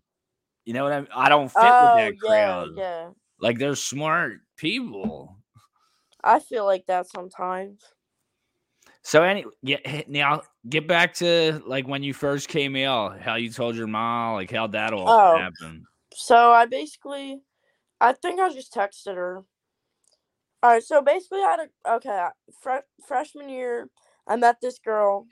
you know what I mean. I don't fit
Oh
with that
yeah,
crowd.
yeah.
Like they're smart people.
I feel like that sometimes.
So any yeah, h- now get back to like when you first came out, how you told your mom, like how that all
Oh.
happened.
So I basically, I think I just texted her. All right. So basically, I had a okay fre- freshman year. I met this girl.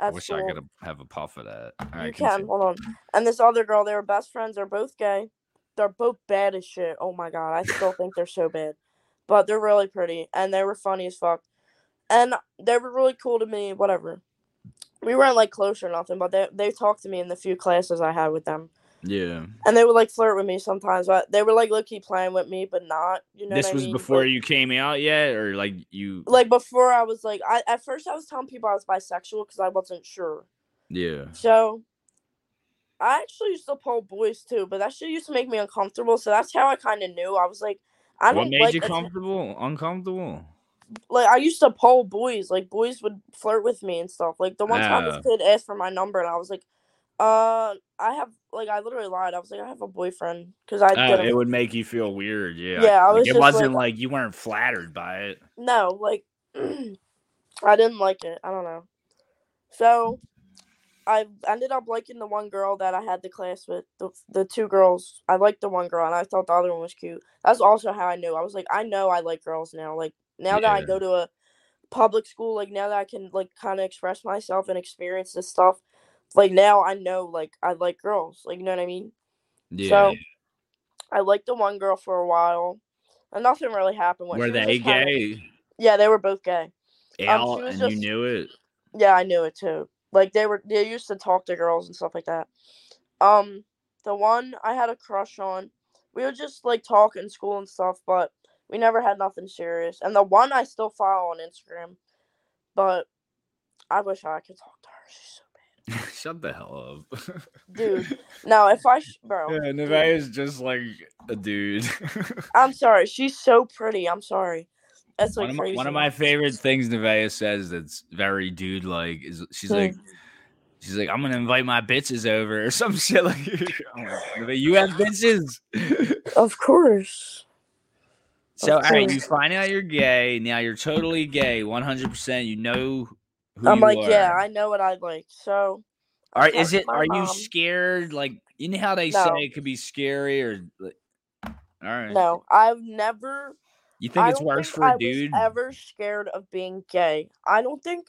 I
At
wish
school.
I could have a puff of that. All
You
right,
can
continue.
hold on. And this other girl, they were best friends. They're both gay. They're both bad as shit. Oh my god, I still think they're so bad, but they're really pretty and they were funny as fuck, and they were really cool to me. Whatever. We weren't like close or nothing, but they they talked to me in the few classes I had with them,
Yeah,
and they would like flirt with me sometimes. But they were like low key playing with me, but not. You know.
this
what I
was
mean?
before
Like-
you came out yet, or like you.
Like before, I was like, I at first I was telling people I was bisexual because I wasn't sure.
yeah,
So I actually used to pull boys too, but that shit used to make me uncomfortable. So that's how I kind of knew. I was like, I
what
don't
made
like
you
atta-
comfortable? Uncomfortable?
like I used to pull boys. Like boys would flirt with me and stuff. Like the one time
Ah.
this kid asked for my number, and I was like, uh, I have like I literally lied. I was like, I have a boyfriend because I
Oh,
didn't.
it would make you feel weird. Yeah.
Yeah, I
Like,
was
it
just
wasn't
like-
like you weren't flattered by it.
No, like I didn't like it. I don't know. So I ended up liking the one girl that I had the class with. The, the two girls. I liked the one girl and I thought the other one was cute. That's also how I knew. I was like, I know I like girls now. Like now that I
Yeah.
go to a public school, like now that I can like kind of express myself and experience this stuff, like now I know like I like girls. Like you know what I mean?
Yeah.
So I liked the one girl for a while. And nothing really happened with
Were
she was
they
just kinda-
gay?
yeah, they were both gay.
Al,
she was
and you
just-
knew it.
Yeah, I knew it too. Like they were they used to talk to girls and stuff like that. Um the one I had a crush on, we would just like talk in school and stuff, but we never had nothing serious. And the one I still follow on Instagram, but I wish I could talk to her. She's
Shut the hell up.
so- Dude, no, if I sh- bro,
Yeah, Nevaeh's just like a dude.
I'm sorry. She's so pretty. I'm sorry. Ah, That's like
one, of my,
crazy.
one of my favorite things Nevaeh says that's very dude like is she's
Hmm.
like she's like I'm gonna invite my bitches over or some shit like, I'm like "Nevaeh, you have bitches.
Of course.
so all
Of
right, you
course.
find out you're gay. Now you're totally gay, 100. percent You know who
I'm
you
like,
are.
yeah, I know what I like. So
All right,
talked
is
to
it?
my
Are you
mom.
scared? Like you know how they
No.
say it could be scary or. Like, all right.
no, I've never
You think
I
it's
don't
worse
think
for
I
a
was
dude?
ever scared of being gay? I don't think.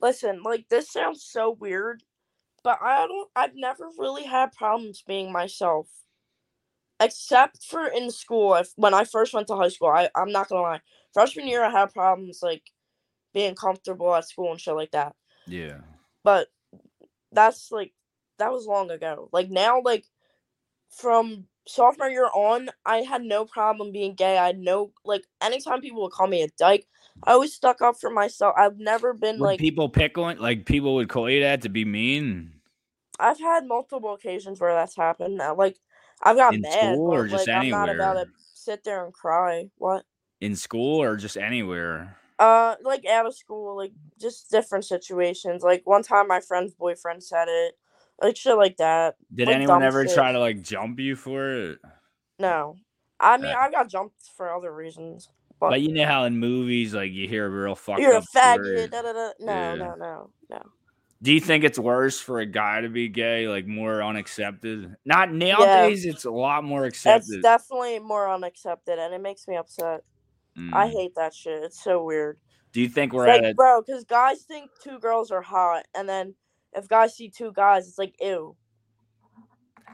Listen, like this sounds so weird, but I don't. I've never really had problems being myself, except for in school. If, when I first went to high school, I I'm not gonna lie. Freshman year, I had problems like being comfortable at school and shit like that.
yeah.
But that's like that was long ago. Like now, like from sophomore year on, I had no problem being gay. I had no like anytime people would call me a dyke, I always stuck up for myself. I've never been
Would
like
people pick on like people would call you that to be mean
I've had multiple occasions where that's happened. Now, like I've got
In
mad,
school
but,
or just
like I'm not about to
anywhere?
sit there and cry. What?
in school or just anywhere.
Uh, like out of school, like just different situations. Like one time, my friend's boyfriend said it, like shit like that.
Did
Like
anyone
dumb
ever
shit.
try to like jump you for it?
No, I mean
Uh,
I got jumped for other reasons. But-
But you know how in movies like you hear real fucked
You're a
up
faggot.
stories.
Da, da, da. No,
Yeah.
no, no, no.
Do you think it's worse for a guy to be gay, like more unaccepted? Not nowadays, it's a lot more
That's
accepted.
definitely more unaccepted, and it makes me upset. I
Mm.
hate that shit. It's so weird.
Do you think
It's
we're
like,
at a
bro, because guys think two girls are hot, and then if guys see two guys, it's like, ew.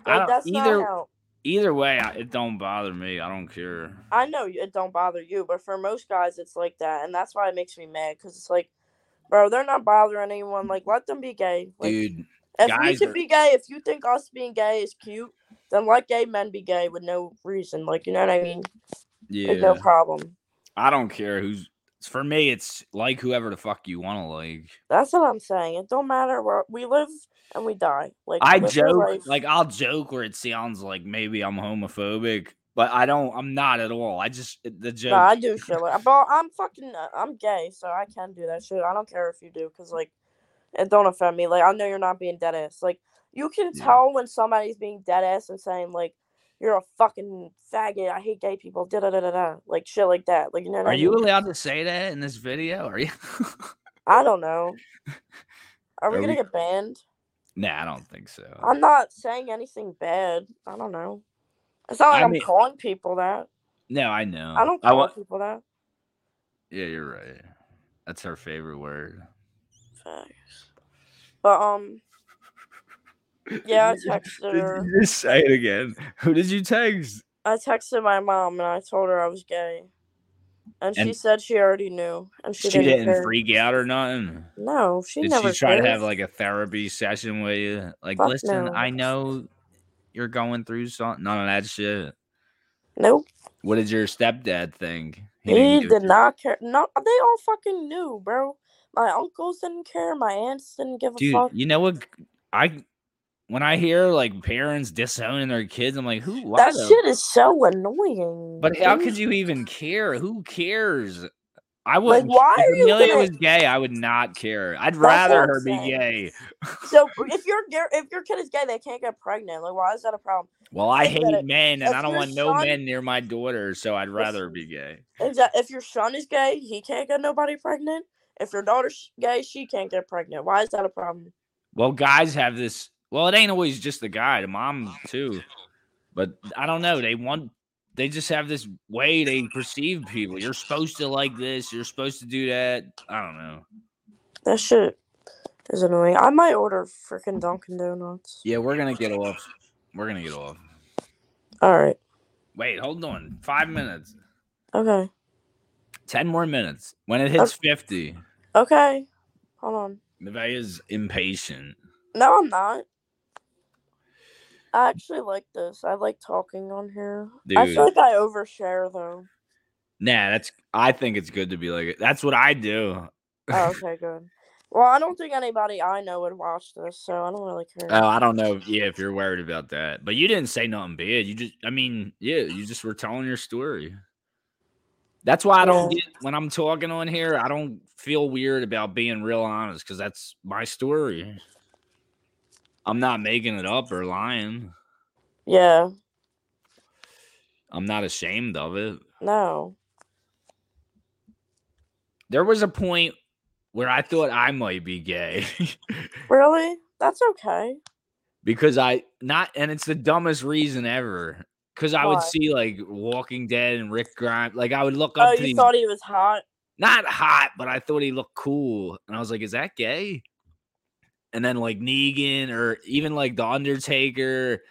I
Like,
don't-
that's
either-
not how.
either way? I, it don't bother me. I don't care.
I know you- it don't bother you, but for most guys, it's like that, and that's why it makes me mad. Because it's like, bro, they're not bothering anyone. Like, let them be gay. Like,
Dude,
if
guys
we can
are-
be gay, if you think us being gay is cute, then let gay men be gay with no reason. Like, you know what I mean?
yeah.
Like, no problem.
I don't care who's for me. It's like whoever the fuck you want to like.
That's what I'm saying. It don't matter where we live and we die. Like
I
live your
joke,
life.
like I'll joke where it sounds like maybe I'm homophobic, but I don't. I'm not at all. I just it- the joke.
Nah, I do shit like, but I'm fucking, uh, I'm gay, so I can do that shit. I don't care if you do, cause like, it don't offend me. Like I know you're not being dead ass. Like you can
Yeah.
tell when somebody's being dead ass and saying like, you're a fucking faggot. I hate gay people. Da da da da da. Like shit like that. Like you know. What
Are
I
you
mean?
allowed to say that in this video? Are you?
I don't know. Are we
Are
gonna
we- Oh.
get banned?
nah, I don't think so.
I'm not saying anything bad. I don't know. It's not like
I
I am
mean-
calling people that.
no, I know.
I don't
I
call
want.
people that.
Yeah, you're right. That's her favorite word.
Facts. But um, yeah, I texted
Did
her.
you just say it again? Who did you text?
I texted my mom and I told her I was gay, and, she
And-
said she already knew, and she,
She didn't,
care.
freak out or nothing.
No, she
Did
never.
she try to
cared.
have like a therapy session with you? Like,
Fuck
listen,
no.
I know you're going through something. None of that shit.
Nope,
What did your stepdad think?
he,
didn't give a
did
shit.
not care. No, they all fucking knew, bro. My uncles didn't care. My aunts didn't give a
Dude,
fuck.
you know what? I when I hear like parents disowning their kids, I'm like, who? Why
that
the-
shit is so annoying.
But how
dude.
could you even care? Who cares? I
Like,
wouldn't.
why
if
are you
Amelia
gonna-
was gay, I would not care. I'd
what
rather
I'm
her be
saying.
gay.
So if your gar- if your kid is gay, they can't get pregnant. Like, why is that a problem?
Well, I
Think
hate
that
men,
if
and I don't
your
want no
son-
men near my daughter, so I'd rather be gay.
If that, if your son is gay, he can't get nobody pregnant. If your daughter's gay, she can't get pregnant. Why is that a problem?
Well, guys have this. Well, it ain't always just the guy, the mom too. But I don't know. They want. They just have this way they perceive people. You're supposed to like this. You're supposed to do that. I don't know.
That shit is annoying. I might order freaking Dunkin' Donuts.
Yeah, we're gonna get off. We're gonna get off.
All right.
Wait, hold on. Five minutes.
Okay.
10 more minutes. When it hits 50,
Okay. Hold on.
Nevaeh's impatient.
No, I'm not. I actually like this. I like talking on here. I
Dude.
feel like I overshare though.
Nah, that's, I think it's good to be like, that's what I do.
Oh, okay, good. Well, I don't think anybody I know would watch this, so I don't really care.
Oh, I don't know. Yeah, if you're worried about that, but you didn't say nothing bad. You just, I mean, yeah, you just were telling your story. That's why I don't
Yeah.
get when I'm talking on here. I don't feel weird about being real honest because that's my story. I'm not making it up or lying.
yeah.
I'm not ashamed of it.
No.
There was a point where I thought I might be gay.
Really? That's okay.
because I not and it's the dumbest reason ever. Because I
Why?
would see like Walking Dead and Rick Grimes, like I would look up
Oh,
to
you
these,
thought he was hot?
not hot, but I thought he looked cool, and I was like, "Is that gay?" And then like Negan or even like the Undertaker,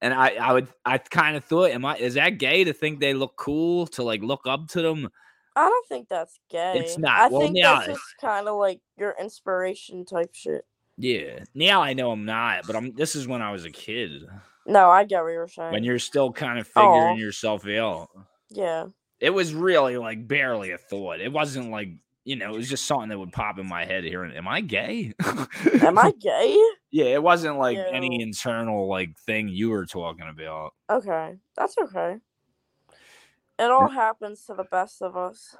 and I I would I kind of thought, "Am I is that gay to think they look cool to like look up to them?"
I don't think that's gay.
not.
I
Well,
think
now
that's
it-
just kind of like your inspiration type shit.
Yeah, now I know I'm not, but I'm. This is when I was a kid.
No, I get what you're saying.
when you're still kind of
Aw.
figuring yourself out.
yeah.
It was really like barely a thought. It wasn't like you know, it was just something that would pop in my head here. And am I gay?
Am I gay?
yeah, it wasn't like any
No.
internal like thing you were talking about.
Okay. That's okay. It all happens to the best of us.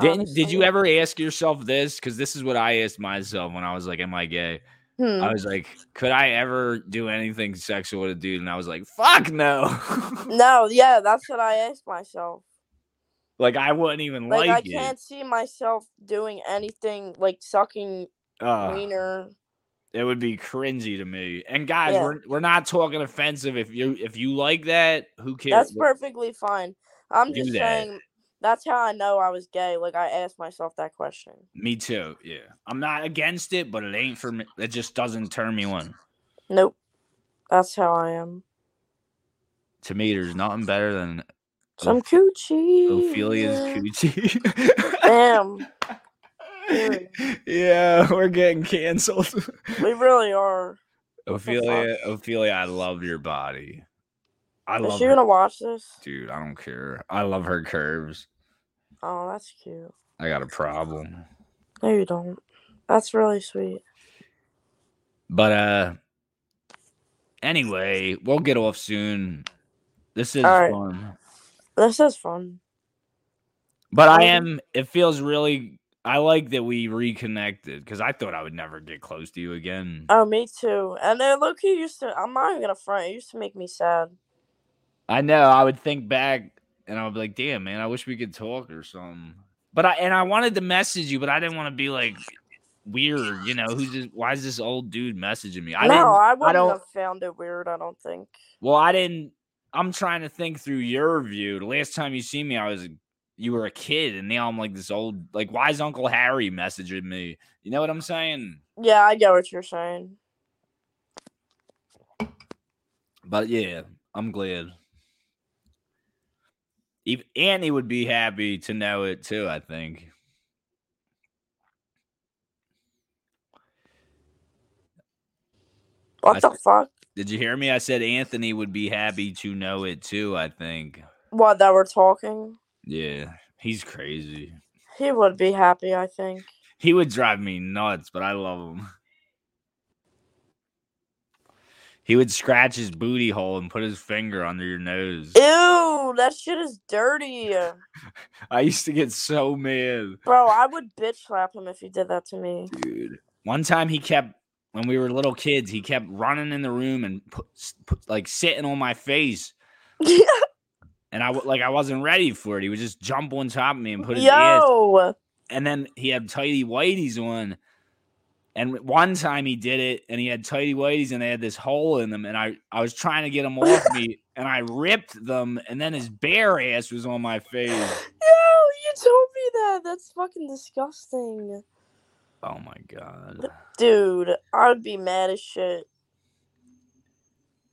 Didn't, did you
honestly.
ever ask yourself this? Because this is what I asked myself when I was like, "Am I gay?"
Hmm.
I was like, "Could I ever do anything sexual with a dude?" And I was like, "Fuck no!"
No, yeah, that's what I asked myself.
like I wouldn't even
Like,
like,
I
it.
can't see myself doing anything like sucking
Ugh.
wiener.
It would be cringy to me. And guys,
Yeah.
we're we're not talking offensive. If you if you like that, who cares?
That's perfectly fine. I'm
Do
just
that.
saying that's how I know I was gay. Like I asked myself that question.
me too. Yeah, I'm not against it, but it ain't for me. It just doesn't turn me on.
Nope. That's how I am.
To me, there's nothing better than
Some coochie.
Ophelia's coochie.
Damn, Really?
yeah, we're getting canceled.
we really are.
Ophelia, Ophelia, I love your body. I
Is
love
she
her,
gonna watch this?
dude. I don't care. I love her curves.
Oh, that's cute.
I got a problem.
No, you don't. That's really sweet.
But uh anyway, we'll get off soon. This is
All right.
fun.
This is fun.
But I
Okay.
am it feels really I like that we reconnected because I thought I would never get close to you again.
Oh, me too. And then look, he used to. I'm not even gonna front. It used to make me sad.
I know I would think back and I would be like, damn man, I wish we could talk or something. But I and I wanted to message you, but I didn't want to be like weird, you know, who's this why is this old dude messaging me? I
no,
didn't
I wouldn't
don't-
have found it weird. I don't think.
Well, I didn't. I'm trying to think through your view. The last time you see me, I was you were a kid, and now I'm like this old. Like, why is Uncle Harry messaging me? You know what I'm saying?
Yeah, I get what you're saying.
But yeah, I'm glad. Even Annie would be happy to know it too. I think.
What
I-
the fuck?
Did you hear me? I said Anthony would be happy to know it too. I think.
What that we're talking?
Yeah, he's crazy.
He would be happy, I think.
He would drive me nuts, but I love him. He would scratch his booty hole and put his finger under your nose.
Ew, that shit is dirty.
I used to get so mad,
Bro, I would bitch slap him if he did that to me.
dude. One time he kept when we were little kids, he kept running in the room and put, put like sitting on my face, and I wa- like I wasn't ready for it. He would just jump on top of me and put his ass
Yo.
and then he had tidy whities on. And one time he did it, and he had tidy whities, and they had this hole in them. And I, I was trying to get them off me, and I ripped them, and then his bare ass was on my face.
Yo, you told me that. That's fucking disgusting.
Oh my god!
Dude, I'd be mad as shit.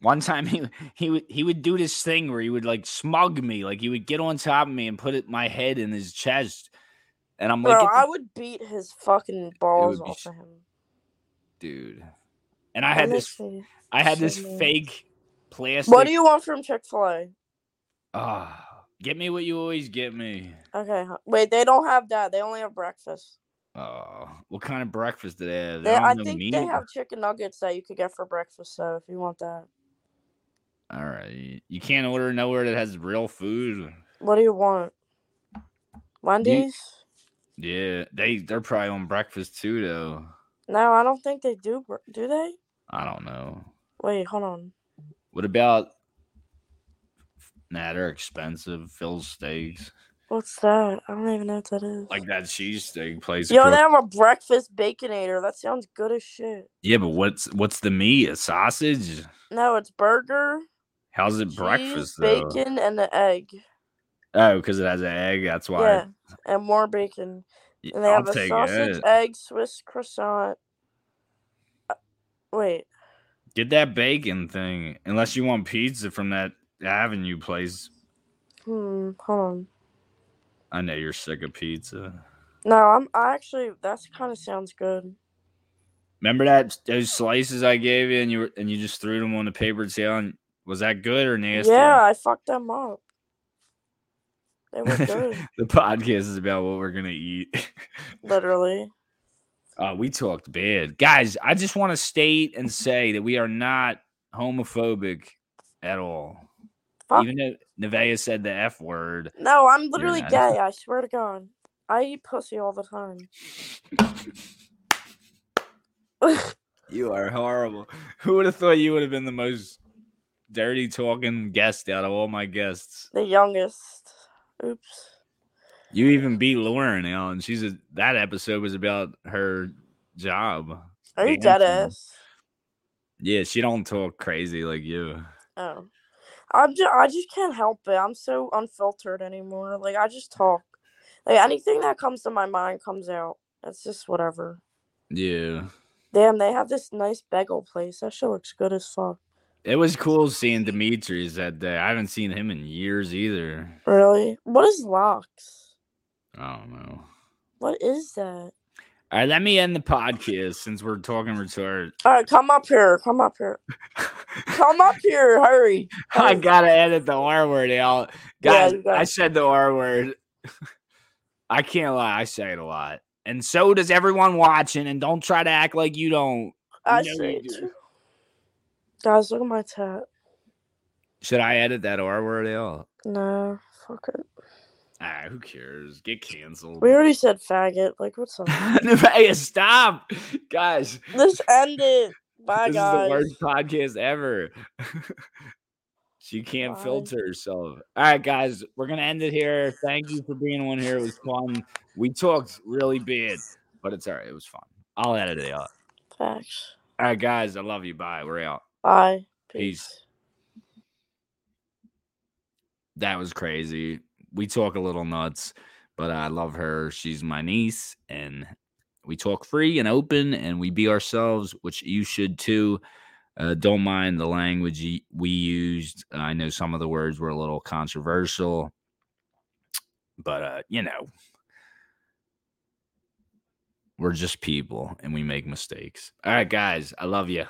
One time he he would he would do this thing where he would like smug me, like he would get on top of me and put it, my head in his chest, and I'm like,
Bro,
"Get the
I would beat his fucking balls
be
off
sh-
of him.
dude. And I had this
Honestly.
I had this
shitty.
fake plastic.
What do you want from Chick fil A?
Ah, get me what you always get me.
Okay. huh. Wait, they don't have that. They only have breakfast.
Oh, what kind of breakfast do they have?
They, I
don't have
think
meat?
they have chicken nuggets that you could get for breakfast, so if you want that.
All right, you can't order nowhere that has real food.
What do you want? Wendy's?
Yeah, they they're probably on breakfast too, though.
No, I don't think they do. br- Do they?
I don't know.
Wait, hold on.
What about? Nah, they're expensive. Phil's steaks,
What's that? I don't even know what that is.
like that cheese steak place.
Yo,
across-
they have a breakfast baconator. That sounds good as shit.
yeah, but what's what's the meat? A sausage?
No, it's burger,
How's it
cheese,
breakfast though?
bacon, and an egg.
Oh, because it has an egg. That's why.
Yeah, and more bacon.
Y-
And they
I'll
have a
take
sausage,
it.
egg, Swiss croissant. Uh, Wait,
Get that bacon thing, unless you want pizza from that Avenue place.
hmm, hold on.
I know you're sick of pizza.
No, I'm. I actually. That kind of sounds good.
Remember that those slices I gave you, and you were, and you just threw them on the paper towel. And was that good or nasty?
Yeah, I fucked them up. They were good,
the podcast is about what we're gonna eat.
literally.
Uh, we talked bad, guys. I just want to state and say that we are not homophobic at all.
Fuck.
Even though Nevaeh said the f word,
No, I'm literally
not.
gay. I swear to God, I eat pussy all the time.
you are horrible. Who would have thought you would have been the most dirty talking guest out of all my guests?
the youngest. Oops.
You even beat Lauren now, and she's a, that episode was about her job.
Are Oh, you
Yeah, I'm
deadass?
Yeah, she don't talk crazy like you.
Oh, I'm just. I just can't help it. I'm so unfiltered anymore. Like I just talk. Like anything that comes to my mind comes out. It's just whatever.
Yeah,
Damn, they have this nice bagel place. That shit looks good as fuck.
it was cool seeing Demetrius that day. I haven't seen him in years either.
Really? What is locks?
I don't know.
What is that?
All right, let me end the podcast since we're talking retard.
All right, come up here. Come up here. Come up here. Hurry.
I
Hey.
gotta edit the R word out,
Yeah,
guys.
you got
I
it.
said the R word. I can't lie, I say it a lot, and so does everyone watching. And don't try to act like you don't.
I
know you
see it
do.
too. Guys, look at my tat.
Should I edit that R word out?
No, fuck it.
Ah, who cares? Get canceled.
We already said faggot. Like, what's up?
Nevaeh, stop, guys.
Let's end it.
this
Bye,
is the
guys.
worst podcast ever. she can't
Bye.
filter herself. All right, guys, we're gonna end it here. Thank you for being on here. It was fun. We talked really bad, but it's all right. It was fun. I'll edit it out.
Facts.
All right, guys, I love you. Bye. We're out.
Bye.
Peace.
Peace.
That was crazy. We talk a little nuts, but I love her. She's my niece, and we talk free and open, and we be ourselves, which you should too. Uh, don't mind the language y- we used. I know some of the words were a little controversial, but uh, you know, we're just people and we make mistakes. All right, guys, I love you.